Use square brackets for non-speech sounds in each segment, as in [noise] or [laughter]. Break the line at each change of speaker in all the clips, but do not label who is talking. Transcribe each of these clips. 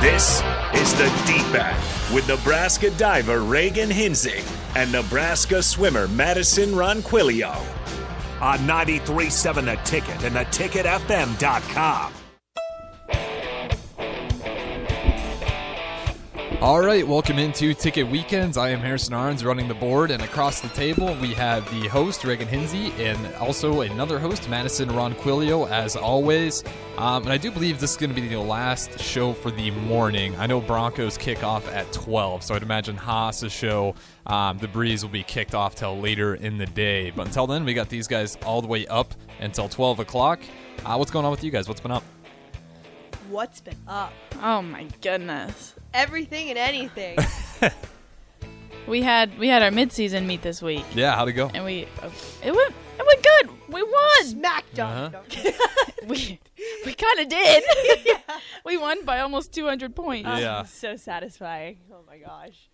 This is the Deep End with Nebraska diver Reagan Hinzig and Nebraska swimmer Madison Ronquillo on 93.7 The Ticket and theticketfm.com.
All right, welcome into Ticket Weekends. I am Harrison Arns running the board, and across the table we have the host, Reagan Hinsey, and also another host, Madison Ronquillo, as always. Um, and I do believe this is going to be the last show for the morning. I know Broncos kick off at 12, so I'd imagine Haas's show, um, The Breeze, will be kicked off till later in the day. But until then, we got these guys all the way up until 12 o'clock. Uh, what's going on with you guys? What's been up?
What's been up?
Oh my goodness.
Everything and
[laughs]
anything.
We had we had our midseason meet this week
Yeah, how'd it go?
and we it went it went good. We won.
[laughs]
Uh-huh.
Smackdown.
We we kind of did. [laughs] We won by almost 200 points.
Yeah.
[laughs] so satisfying. Oh my gosh.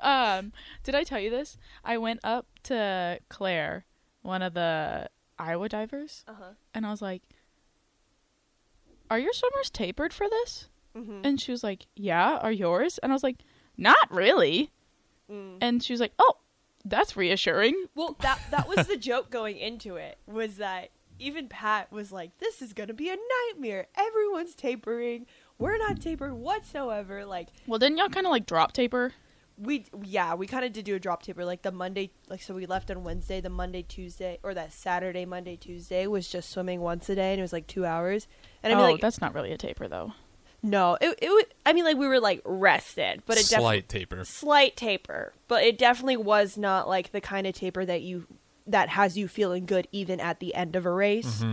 Um did I tell you this? I went up to Claire, one of the Iowa divers,
Uh-huh.
and I was like, "Are your swimmers tapered for this?" And she was like, "Yeah, are yours?" And I was like, "Not really." And she was like, "Oh, that's reassuring."
Well, that that was the joke going into it was that even Pat was like, "This is gonna be a nightmare. Everyone's tapering. We're not tapered whatsoever." Like
Well, didn't y'all kind of like drop taper?
we, yeah, we kind of did do a drop taper. Like the Monday, like so we left on Wednesday. The Monday, Tuesday, or that Saturday, Monday, Tuesday was just swimming once a day, and it was like two hours. And I mean,
oh,
like,
that's not really a taper though.
No, it it. wa- I mean, like we were like rested, but it definitely
Slight taper.
slight taper, but it definitely was not like the kind of taper that you that has you feeling good even at the end of a race.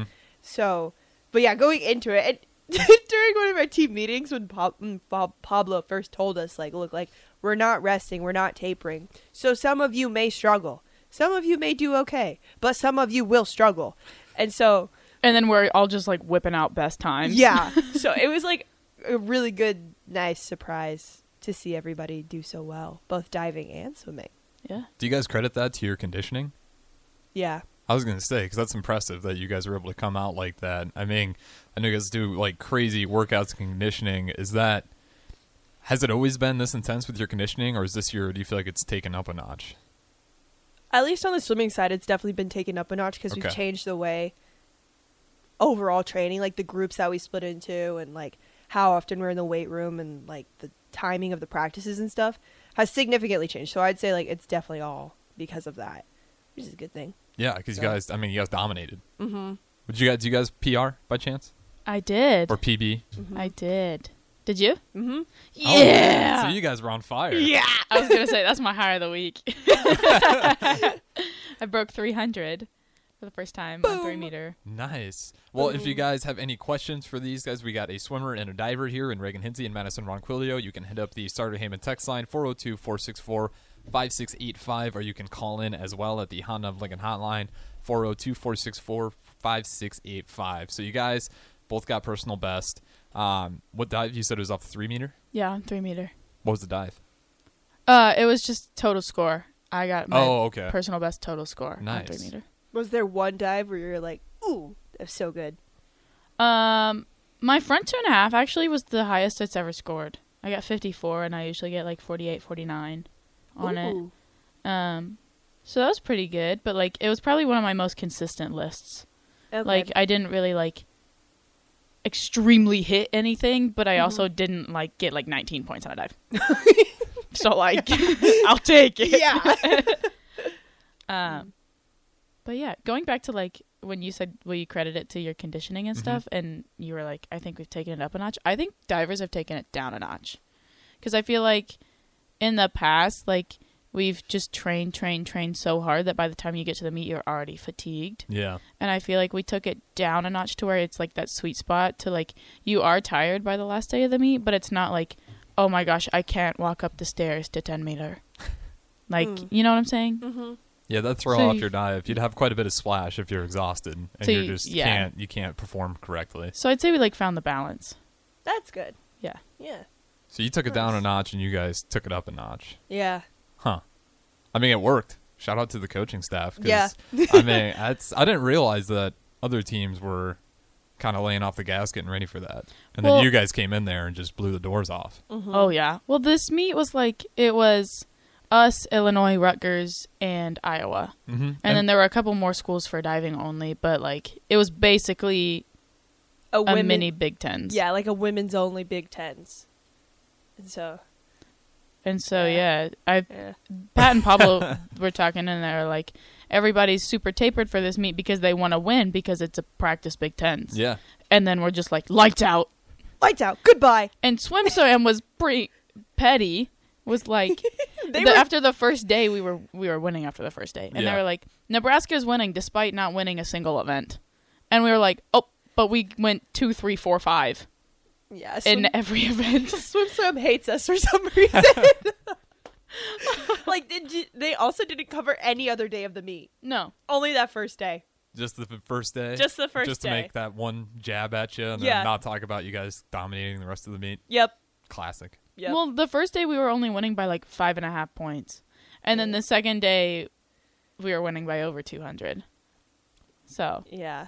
So, but yeah, going into it and [laughs] during one of our team meetings when pa- mm, Pa- Pablo first told us, like, look, like we're not resting, we're not tapering, so some of you may struggle, some of you may do okay, but some of you will struggle, and so
And then we're all just like whipping out best times. [laughs]
yeah. so it was like a really good, nice surprise to see everybody do so well, both diving and swimming.
Yeah.
Do you guys credit that to your conditioning?
Yeah.
I was gonna say because that's impressive that you guys were able to come out like that. I mean, I know you guys do like crazy workouts and conditioning. Is that has it always been this intense with your conditioning, or is this year do you feel like it's taken up a notch?
At least on the swimming side, it's definitely been taken up a notch because
Okay.
we've changed the way overall training, like the groups that we split into, and like how often we're in the weight room, and like the timing of the practices and stuff has significantly changed. So I'd say like it's definitely all because of that, which is a good thing.
Yeah, because you guys, I mean, you guys dominated. Mm-hmm. Would you guys do you guys PR by chance
I did.
or PB?
I did. Did you? Mm-hmm.
Oh,
Yeah.
so you guys were on fire.
yeah. I was gonna say that's my high of the week. [laughs] I broke 300 for the first time on three meter.
Nice. Well, if
Mm-hmm.
you guys have any questions for these guys, we got a swimmer and a diver here in Reagan Hinsey and Madison Ronquillo. You can hit up the Starter Heyman text line 402 464 5685, or you can call in as well at the Honda of Lincoln hotline 402 464 5685. So you guys both got personal best. Um, what dive you said it was off the three meter?
Yeah, on three meter.
What was the dive?
Uh, it was just total score. I got my
Oh, okay.
personal best total score on
Nice.
three meter.
Was there one dive where you're like, ooh, that's so good?
Um, my front two and a half actually was the highest it's ever scored. I got 54, and I usually get like 48, 49 on it.
Ooh.
Um, so that was pretty good, but like it was probably one of my most consistent lists.
Okay.
Like I didn't really like extremely hit anything, but
Mm-hmm.
I also didn't like get like 19 points on
[laughs]
a dive. so like [laughs] I'll take it.
yeah.
[laughs]
[laughs] Mm.
Um, but yeah, going back to like when you said will you credit it to your conditioning and stuff, and you were like, I think we've taken it up a notch. I think divers have taken it down a notch because I feel like in the past, like we've just trained, trained, trained so hard that by the time you get to the meet, you're already fatigued.
Yeah.
And I feel like we took it down a notch to where it's like that sweet spot to like you are tired by the last day of the meet, but it's not like, oh my gosh, I can't walk up the stairs to
[laughs]
10 meter. Like,
Hmm.
you know what I'm saying?
Mm-hmm.
Yeah, that'd throw
So
off
you-
your dive. You'd have quite a bit of splash if you're exhausted and
So
you're
you-
just
yeah.
can't you can't perform correctly.
So I'd say we like found the balance.
That's good.
Yeah.
Yeah.
So you took it down a notch and you guys took it up a notch.
Yeah.
Huh. I mean, it worked. Shout out to
[laughs]
the coaching staff. 'cause,
Yeah.
I mean, that's, I didn't realize that other teams were kind of laying off the gas, getting ready for that. And
Well-
then you guys came in there and just blew the doors off.
Mm-hmm.
Oh yeah. Well, this meet was like it was us, Illinois, Rutgers, and Iowa,
Mm-hmm. And,
and then there were a couple more schools for diving only. But like it was basically
A,
a
women,
mini Big Tens.
yeah, like a women's only Big Tens. And so,
And so
Yeah.
yeah, I
yeah,
Pat and Pablo were talking, and they were like, everybody's super tapered for this meet because they want to win because it's a practice Big Tens.
yeah,
And then we're just like lights out.
lights out. Goodbye.
And Swim Swam was pretty petty. Was like
They
the-
were-
after the first day we were we were winning after the first day, and
Yeah.
they were like Nebraska's winning despite not winning a single event, and we were like, oh, but we went two, three, four, five
Yeah,
in
swim,
every [laughs] event.
swim swim hates us for some reason. like did you, they also didn't cover any other day of the meet,
no,
only that first day.
just the f- first day.
Just the first
Just to
day.
make that one jab at you and
Yeah.
then not talk about you guys dominating the rest of the meet.
Yep.
Classic.
Yep.
Well, the first day we were only winning by like five and a half points, and then the second day we were winning by over two hundred. So
yeah.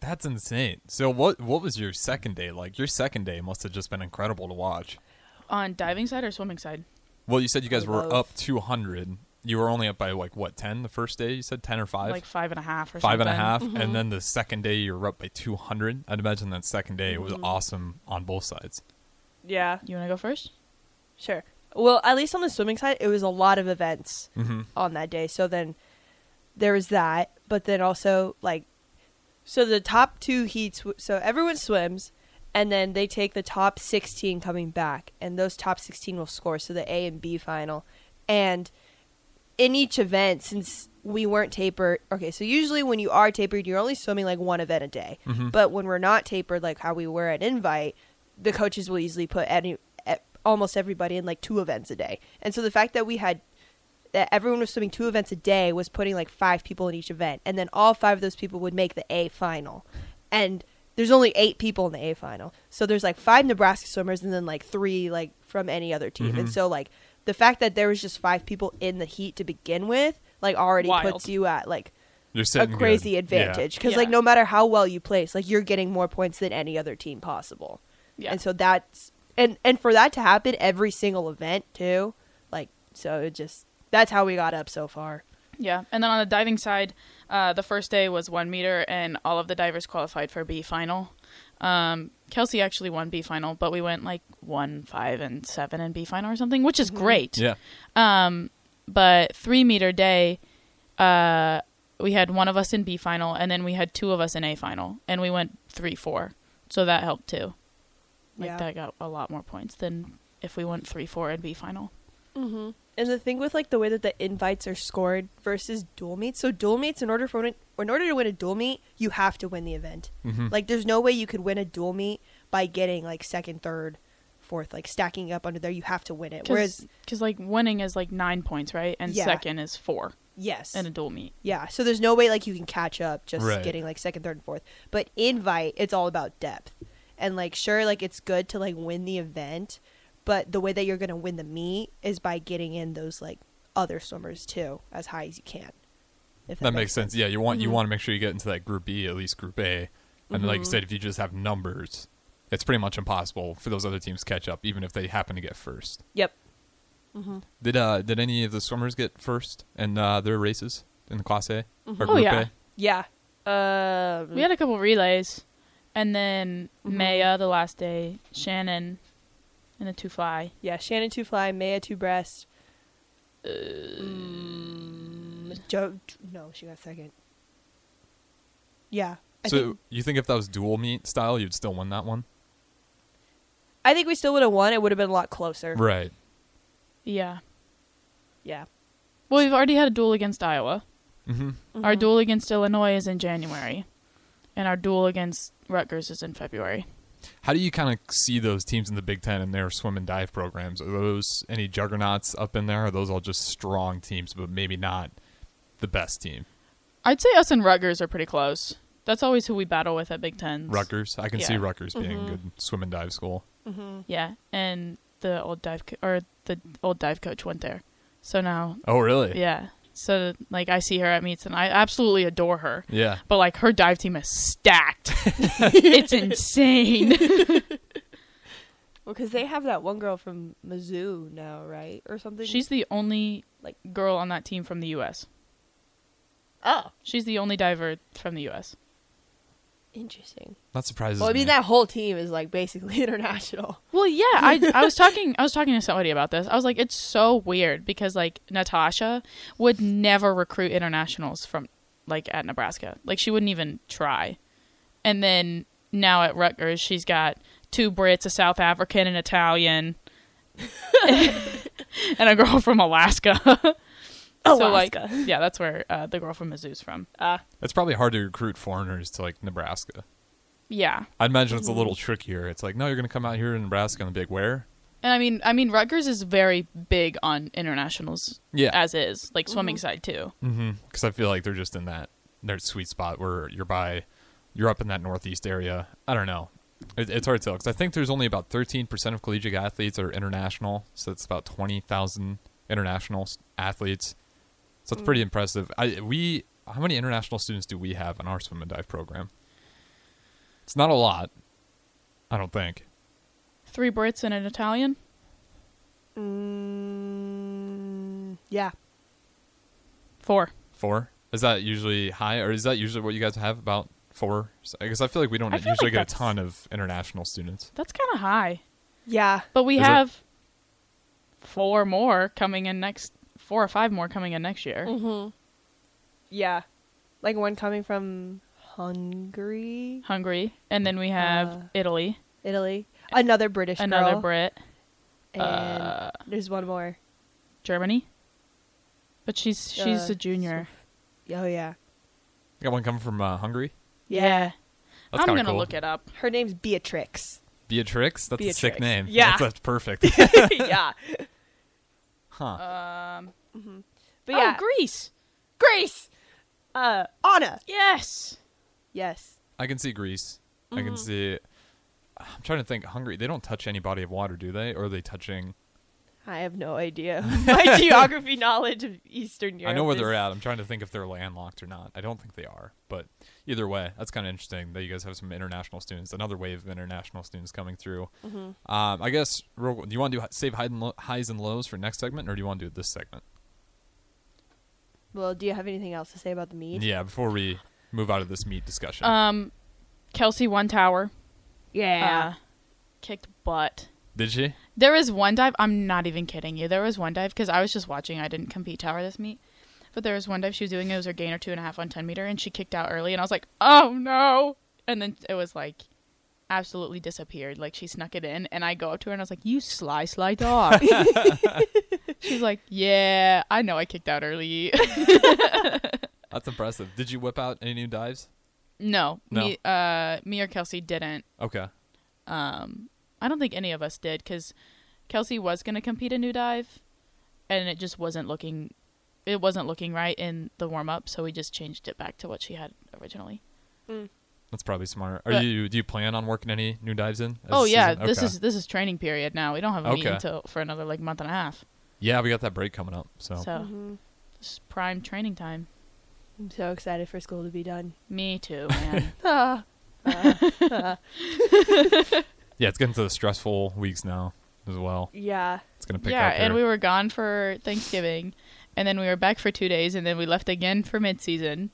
That's insane. So what what was your second day like? Your second day must have just been incredible to watch.
on diving side or swimming side,
Well, you said you guys were
Both.
up 200. You were only up by like what 10 the first day? You said 10 or 5?
like five and a half or
Five and
something.
a half, and then the second day you were up by 200. I'd imagine that second day was awesome on both sides.
Yeah.
You want to go first?
Sure. Well, at least on the swimming side, it was a lot of events
Mm-hmm.
on that day. So then there was that, but then also like so the top two heats. w- So everyone swims, and then they take the top sixteen coming back, and those top sixteen will score. So the A and B final, and in each event, since we weren't tapered, okay. So usually when you are tapered, you're only swimming like one event a day. But when we're not tapered, like how we were at Invite, the coaches will usually put any e- almost everybody in like two events a day. And so the fact that we had that everyone was swimming two events a day was putting like five people in each event, and then all five of those people would make the A final. And there's only eight people in the A final, so there's like five Nebraska swimmers and then like three like from any other team. And so like the fact that there was just five people in the heat to begin with, like already
Wild.
puts you at like
You're
a
sitting
crazy
good.
advantage because
Yeah.
like no matter how well you place like you're getting more points than any other team possible
Yeah.
and so that's and and for that to happen every single event too like so it just that's how we got up so far
Yeah, and then on the diving side, uh, the first day was one meter, and all of the divers qualified for B final. Um, Kelsey actually won B final, but we went like one, five, and seven in B final or something, which is great.
Mm-hmm.
[laughs]
Yeah.
But three meter day, uh, we had one of us in B final, and then we had two of us in A final, and we went three, four, so that helped too. Like
Yeah.
that got a lot more points than if we went three, four in B final.
and the thing with like the way that the invites are scored versus dual meets so dual meets in order for in order to win a dual meet you have to win the event like there's no way you could win a dual meet by getting like second third fourth like stacking up under there you have to win it whereas
because like winning is like nine points, right? And
Yeah.
second is four
yes
in a dual meet.
Yeah, so there's no way like you can catch up just
Right.
getting like second, third, and fourth. But invite, it's all about depth. And like sure, like it's good to like win the event, but the way that you're gonna win the meet is by getting in those like other swimmers too, as high as you can. If
That makes sense. Yeah, you want you want to make sure you get into that group B, at least group A. And like you said, if you just have numbers, it's pretty much impossible for those other teams to catch up, even if they happen to get first.
Yep.
Did uh did any of the swimmers get first in uh, their races in the class A or group
Oh, yeah.
A?
Yeah. Um,
We had a couple relays, and then
Mm-hmm.
Maya the last day, Shannon, and the two fly.
yeah, Shannon two fly, Maya two breast. Uh, Joe, no, she got second. Yeah. I
so
think-
you think if that was dual meet style, you'd still win that one?
I think we still would have won. It would have been a lot closer.
Right.
Yeah.
Yeah.
Well, we've already had a duel against Iowa.
Mm-hmm.
Our duel against Illinois is in January, and our duel against Rutgers is in February.
How do you kind of see those teams in the Big Ten and their swim and dive programs? Are those any juggernauts up in there? Are those all just strong teams, but maybe not the best team?
I'd say us and Rutgers are pretty close. That's always who we battle with at Big Tens.
Rutgers, I can see
Yeah.
Rutgers being
Mm-hmm.
a good swim and dive school.
Yeah, and the old dive co- or the old dive coach went there, so now
Oh, really?
yeah, So like I see her at meets and I absolutely adore her.
Yeah.
But like her dive team is
[laughs]
stacked. it's insane.
Well, because they have that one girl from Mizzou now, right, or something.
She's the only
Like-
like girl on that team from the US.
oh,
She's the only diver from the US.
interesting.
That surprises
Well, I mean
me.
that whole team is like basically [laughs] international.
Well, yeah, I I was talking I was talking to somebody about this. I was like, it's so weird because like Natasha would never recruit internationals from like at Nebraska. Like she wouldn't even try. And then now at Rutgers, she's got two Brits, a South African, an Italian, and a girl from Alaska. So like,
Alaska.
yeah, that's where uh, the girl from Mizzou's from.
it's probably hard to recruit foreigners to like Nebraska.
Yeah,
I imagine
Mm-hmm.
it's a little trickier. It's like, no, you're going to come out here in Nebraska and be like, where?
and I mean, I mean, Rutgers is very big on internationals.
Yeah.
as is like swimming side too.
because Mm-hmm. I feel like they're just in that their sweet spot where you're by, you're up in that northeast area. I don't know. It, it's hard to tell because I think there's only about 13% of collegiate athletes are international, so that's about 20,000 international s- athletes. So that's pretty
Mm.
impressive. I we how many international students do we have in our swim and dive program? It's not a lot, I don't think.
Three Brits and an Italian.
Mm, yeah.
Four.
Four is that usually high, or is that usually what you guys have about four? So, I guess I feel like we don't
I feel
usually
like
get a
that's-
ton of international students.
That's kind of high.
Yeah.
But we
Is it-
have four more coming in next. Four or five more coming in next year.
Mm. Yeah. Like one coming from Hungary,
Hungary, and then we have
Uh,
Italy.
Italy. Another British
Another
girl.
Brit. uh,
And there's one more.
Germany. But she's she's
Uh,
a junior.
Oh yeah.
You got one coming from uh, Hungary. That's
I'm
kinda
gonna
cool.
look it up.
Her name's Beatrix.
[laughs]
[laughs]
Beatrix. That's a sick
Beatrix.
name.
Yeah.
that's, that's perfect. [laughs]
yeah.
huh?
Um,
But yeah.
Oh, Greece.
Grace. Uh, Anna.
Yes.
Yes.
I can see Greece. I
mm-hmm.
can see. I'm trying to think. Hungary. They don't touch any body of water, do they? Or are they touching?
I have
[laughs]
no idea. [laughs] My geography knowledge of Eastern Europe.
I know where they're
is-
at. I'm trying to think if they're landlocked or not. I don't think they are. But either way, that's kind of interesting that you guys have some international students. Another wave of international students coming through.
Mm-hmm.
Um, I guess. Real, do you want to do, save high and lo- highs and lows for next segment, or do you want to do this segment?
Well, do you have anything else to say about the meat?
Yeah. Before we move out of this meat discussion.
Um, Kelsey one tower.
Yeah.
Uh, kicked butt.
Did she?
There was one dive. I'm not even kidding you. There was one dive because I was just watching. I didn't compete tower this meet, but there was one dive she was doing. It was her gain or two and a half on ten meter, and she kicked out early. And I was like, oh no! And then it was like, absolutely disappeared. Like she snuck it in, and I go up to her and I was like, you sly sly dog. She's like, yeah, I know I kicked out early. [laughs]
That's impressive. Did you whip out any new dives?
no,
No.
me, uh, me or Kelsey didn't.
Okay.
I don't think any of us did because Kelsey was going to compete a new dive, and it just wasn't looking, it wasn't looking right in the warm up, so we just changed it back to what she had originally.
That's probably smart. Are
But-
you do you plan on working any new dives in? as
oh
the
yeah,
season-
this
okay.
is this is training period now. We don't have a meet
Okay.
until for another like month and a half,
yeah. We got that break coming up, so,
so
Uh-huh. Mm-hmm.
this is prime training time.
I'm so excited for school to be done.
Me
[laughs]
too, man.
Ah.
yeah, it's getting to the stressful weeks now as well.
Yeah.
It's gonna pick
yeah,
up.
and
here.
we were gone for Thanksgiving, and then we were back for two days, and then we left again for mid season.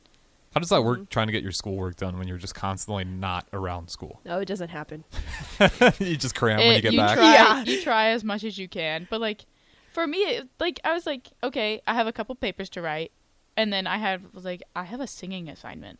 How does that
Mm-hmm.
work? Trying to get your schoolwork done when you're just constantly not around
[laughs]
school.
No, it doesn't happen.
you just cram when
it-
you get back.
Try,
Yeah.
Eh, You try as much as you can. But like for me, it, like I was like, okay, I have a couple papers to write, and then I had was like, I have a singing assignment,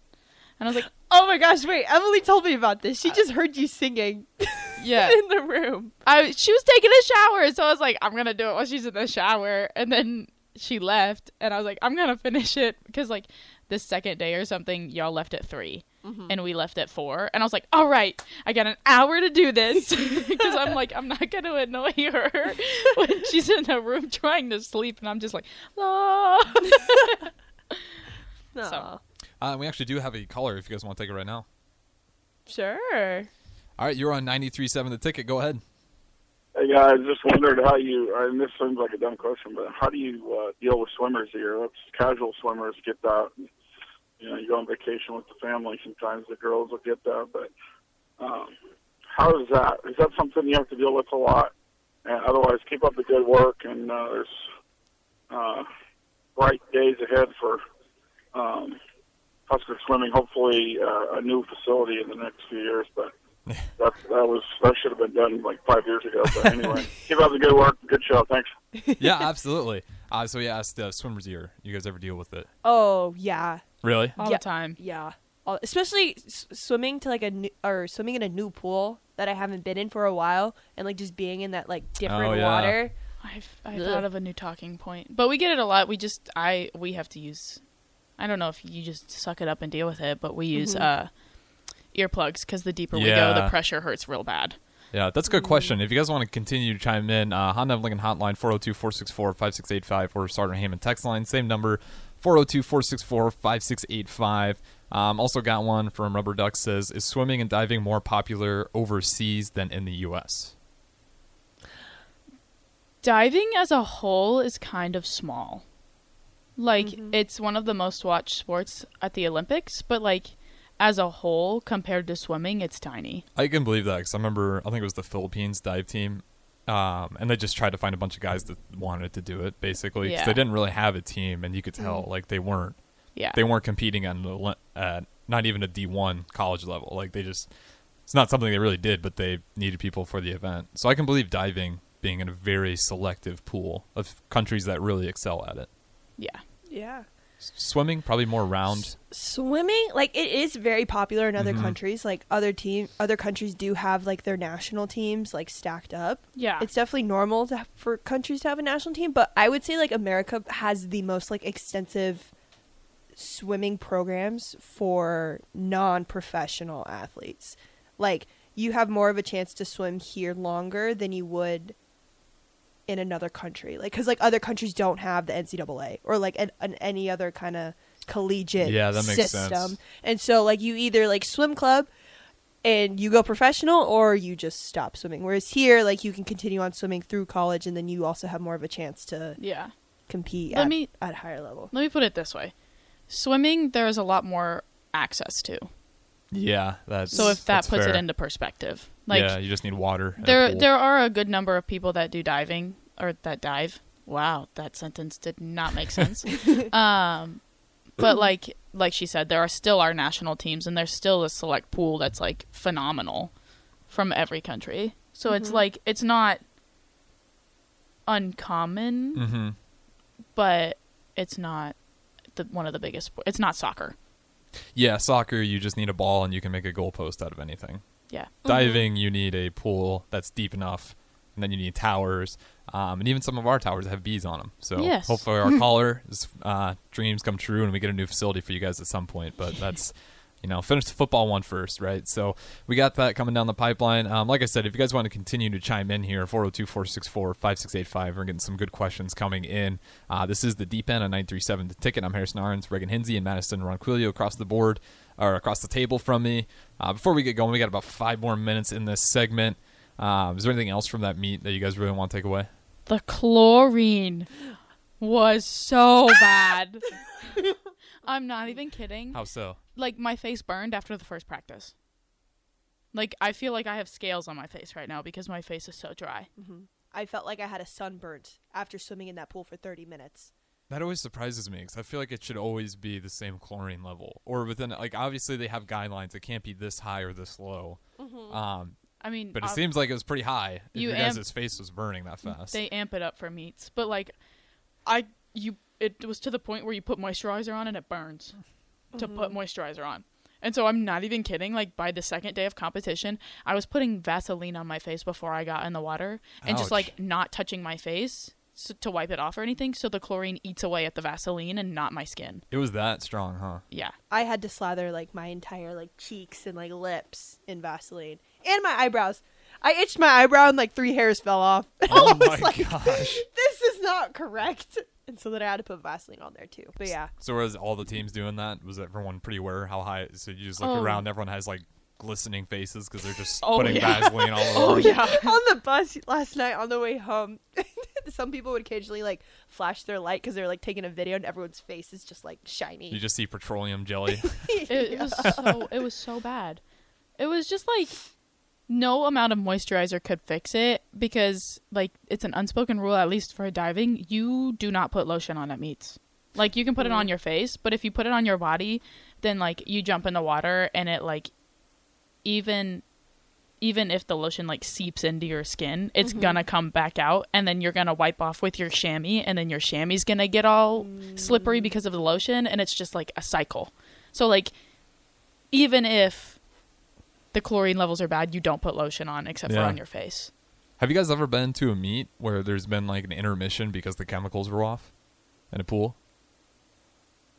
and I was like,
Oh my gosh, wait. Emily told me about this. She just heard you singing [laughs]
yeah.
in the room.
I she was taking a shower, so I was like, I'm gonna do it while she's in the shower, and then she left, and I was like, I'm gonna finish it because like the second day or something, y'all left at 3 and we left at four, and I was like, all right, I got an hour to do this [laughs] because I'm like, I'm not gonna annoy her [laughs] when she's in her room trying to sleep, and I'm just like, "La."
Aw.
Uh, we actually do have a caller if you guys want to take it right now.
Sure.
[laughs]
All right, you're on 93.7 The ticket. Go ahead.
Hey, yeah, I just wondered how you. I mean, this seems like a dumb question, but how do you uh, deal with swimmers here? Let's casual swimmers get that. You know, you go on vacation with the family. Sometimes the girls will get that, but um, how is that? Is that something you have to deal with a lot? And otherwise, keep up the good work. And uh, there's uh, bright days ahead for um, Husker swimming. Hopefully, uh, a new facility in the next few years, but. That, that was that should have been done like five years ago. But anyway, keep up the good work. Good show. Thanks.
yeah, absolutely. Uh, so yeah, asked uh, swimmer's ear. You guys ever deal with it?
Oh yeah,
Really?
all
Yeah.
the time.
yeah. All- Especially s- swimming to like a new, or swimming in a new pool that I haven't been in for a while, and like just being in that like different
Oh, yeah.
water.
I've I
Ugh.
thought of a new talking point, but we get it a lot. We just I we have to use. I don't know if you just suck it up and deal with it, but we use uh, earplugs because the deeper we go,
Yeah.
the pressure hurts real bad.
Yeah, that's a good question. If you guys want to continue to chime in, uh, Honda of Lincoln Hotline 402 464 5685 or Sergeant Hammond text line, same number 402 464 5685. Um, Also, got one from Rubber Duck says, Is swimming and diving more popular overseas than in the U.S.?
Diving as a whole is kind of small. Like it's one of the most watched sports at the Olympics, but like as a whole compared to swimming, it's tiny.
I can believe that because I remember, I think it was the Philippines dive team. Um, and they just tried to find a bunch of guys that wanted to do it, basically, 'cause
Yeah.
they didn't really have a team, and you could tell like they weren't
Yeah.
they weren't competing on the le- uh, not even a D1 college level. Like they just it's not something they really did, but they needed people for the event. So I can believe diving being in a very selective pool of countries that really excel at it.
yeah.
Yeah.
S- Swimming probably more round.
swimming like it is very popular in other countries like other team other countries do have like their national teams like stacked up
Yeah.
it's definitely normal to have, for countries to have a national team but i would say like america has the most like extensive swimming programs for non-professional athletes like you have more of a chance to swim here longer than you would in another country like because like other countries don't have the ncaa or like an, an, any other kind of collegiate
Yeah, that makes
system
sense.
and so like you either like swim club and you go professional or you just stop swimming whereas here like you can continue on swimming through college and then you also have more of a chance to
Yeah.
compete
Let
at,
me-
at a higher level
Let me put it this way. Swimming there is a lot more access to.
Yeah, that's
So if that
that's
puts
fair.
it into perspective. Like
yeah, you just need water. and a
there
pool.
there are a good number of people that do diving or that dive. Wow, that sentence did not make sense. um, but like like she said, there are still our national teams, and there's still a select pool that's like phenomenal from every country. So it's like it's not uncommon,
Mm-hmm.
but it's not the one of the biggest. spo- It's not soccer.
yeah, soccer you just need a ball and you can make a goal post out of anything.
Yeah,
diving you need a pool that's deep enough and then you need towers um, and even some of our towers have bees on them so
Yes.
hopefully our caller's uh, dreams come true and we get a new facility for you guys at some point but that's you know finish the football one first right so we got that coming down the pipeline um, like i said if you guys want to continue to chime in here 402-464-5685 we're getting some good questions coming in uh, this is the deep end on 937 the ticket i'm harrison arns regan hinsey and madison ronquillo across the board or across the table from me. Uh, before we get going, we got about five more minutes in this segment. Um, is there anything else from that meet that you guys really want to take away?
The chlorine was so bad. I'm not even kidding.
How so?
Like my face burned after the first practice. Like I feel like I have scales on my face right now because my face is so dry.
i felt like i had a sunburnt after swimming in that pool for 30 minutes
That always surprises me because I feel like it should always be the same chlorine level or within like obviously they have guidelines. It can't be this high or this low. Um,
I mean,
but it
ob-
seems like it was pretty high. If
You
your guys'
am-
face was burning that fast.
they amp it up for meats, but like I you it was to the point where you put moisturizer on and it burns to put moisturizer on. And so I'm not even kidding. Like by the second day of competition, I was putting Vaseline on my face before I got in the water and
Ouch.
just like not touching my face s to wipe it off or anything. So the chlorine eats away at the Vaseline and not my skin.
it was that strong,
[laughs]
huh?
Yeah.
I had to slather like my entire like cheeks and like lips in Vaseline and my eyebrows. I itched my eyebrow and like three hairs fell off. [laughs] And I
Oh my
was like,
[laughs]
[laughs]
gosh!
this is not correct. And so then I had to put Vaseline on there too. But yeah,
[laughs] So was all the teams doing that? Was everyone pretty aware how high? So you just look
Oh.
around, everyone has like glistening faces because they're just
[laughs] Oh,
putting
yeah.
Vaseline all over.
Oh
them.
[laughs] yeah.
on the bus last night on the way home, [laughs] some people would occasionally like flash their light because they're like taking a video and everyone's face is just like shiny.
You just see petroleum jelly. [laughs]
It, it was so it was so bad. It was just like no amount of moisturizer could fix it because like it's an unspoken rule at least for diving, you do not put lotion on at meets. Like you can put it on your face, but if you put it on your body, then like you jump in the water and it like even even if the lotion like seeps into your skin, it's gonna come back out and then you're gonna wipe off with your chamois and then your chamois gonna get all slippery because of the lotion and it's just like a cycle. So like even if the chlorine levels are bad, you don't put lotion on except for
Yeah.
on your face.
Have you guys ever been to a meet where there's been like an intermission because the chemicals were off in a pool?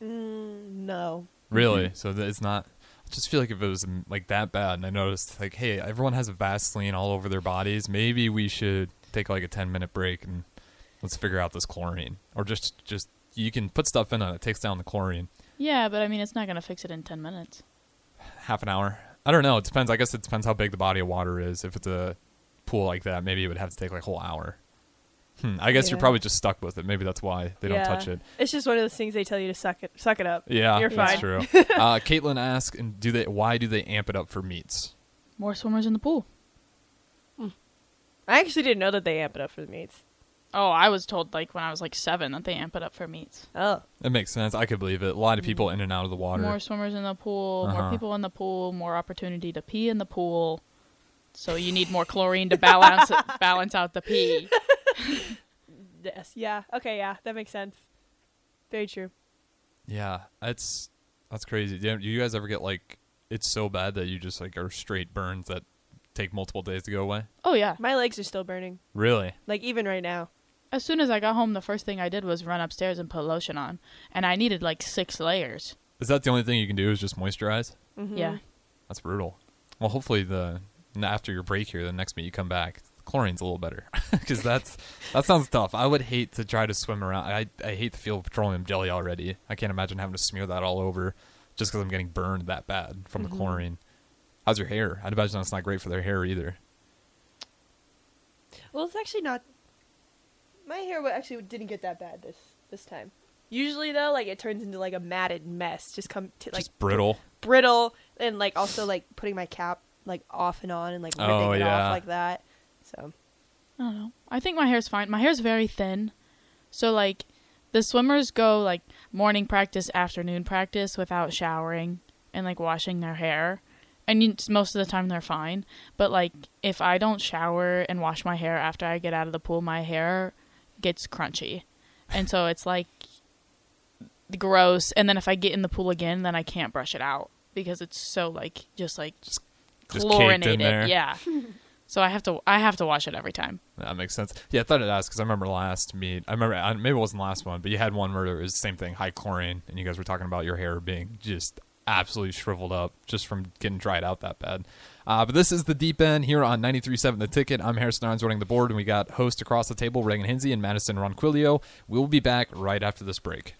no.
Really? Mm-hmm. So that it's not. I just feel like if it was mm, like that bad, and I noticed like, hey, everyone has a Vaseline all over their bodies. Maybe we should take like a ten minute break and let's figure out this chlorine, or just just you can put stuff in it. It takes down the chlorine.
Yeah, but I mean it's not gonna fix it in ten minutes.
Half an hour. I don't know. It depends. I guess it depends how big the body of water is. If it's a pool like that, maybe it would have to take like a whole hour. Hmm. I guess you're
Yeah.
probably just stuck with it. Maybe that's why they don't touch it.
It's just one of those things they tell you to suck it, suck it up.
Yeah,
you're
that's
fine. [laughs]
true. uh, Caitlin asks, and do they? Why do they amp it up for meats?
More swimmers in the pool.
I actually didn't know that they amp it up for the meets.
Oh, I was told like when I was like seven that they amp it up for meets.
Oh,
That makes sense. I could believe it. A lot of people in and out of the water.
More swimmers in the pool,
Uh-huh.
more people in the pool, more opportunity to pee in the pool. So you need more chlorine to balance balance out the pee.
yes, yeah, okay, yeah, that makes sense. Very true.
Yeah, that's that's crazy. Do do you guys ever get like it's so bad that you just like are straight burns that take multiple days to go away?
Oh yeah.
My legs are still burning,
Really?
like even right now.
As soon as I got home, the first thing I did was run upstairs and put lotion on, and I needed like six layers.
Is that the only thing you can do is just moisturize?
Yeah.
That's brutal. Well, hopefully the n- after your break here, the next meet you come back, the chlorine's a little better [laughs] because that's that sounds tough. I would hate to try to swim around. I I hate the feel of petroleum jelly already. I can't imagine having to smear that all over just because I'm getting burned that bad from the chlorine. How's your hair? I'd imagine that's not great for their hair either.
Well, it's actually not. My hair wa- actually didn't get that bad this this time. Usually though, like it turns into like a matted mess, just come t- like
just brittle.
brittle and like also like putting my cap like off and on and like ripping
Oh,
it
yeah.
off like that. So
I don't know. I think my hair's fine. My hair's very thin. So like the swimmers go like morning practice, afternoon practice without showering and like washing their hair. And you, most of the time they're fine. But like if I don't shower and wash my hair after I get out of the pool, my hair gets crunchy. And so it's like gross. And then if I get in the pool again, then I can't brush it out because it's so like just like
Just caked in
chlorinated.
there.
Yeah. so I have to I have to wash it every time.
That makes sense. Yeah, I thought I'd ask because I remember last meet. I remember I- maybe it wasn't the last one, but you had one where it was the same thing, high chlorine, and you guys were talking about your hair being just absolutely shriveled up just from getting dried out that bad. Uh, but this is the deep end here on 93.7 The Ticket. I'm Harrison Arns running the board, and we got host across the table, Reagan Hinsey and Madison Ronquillo. We'll be back right after this break.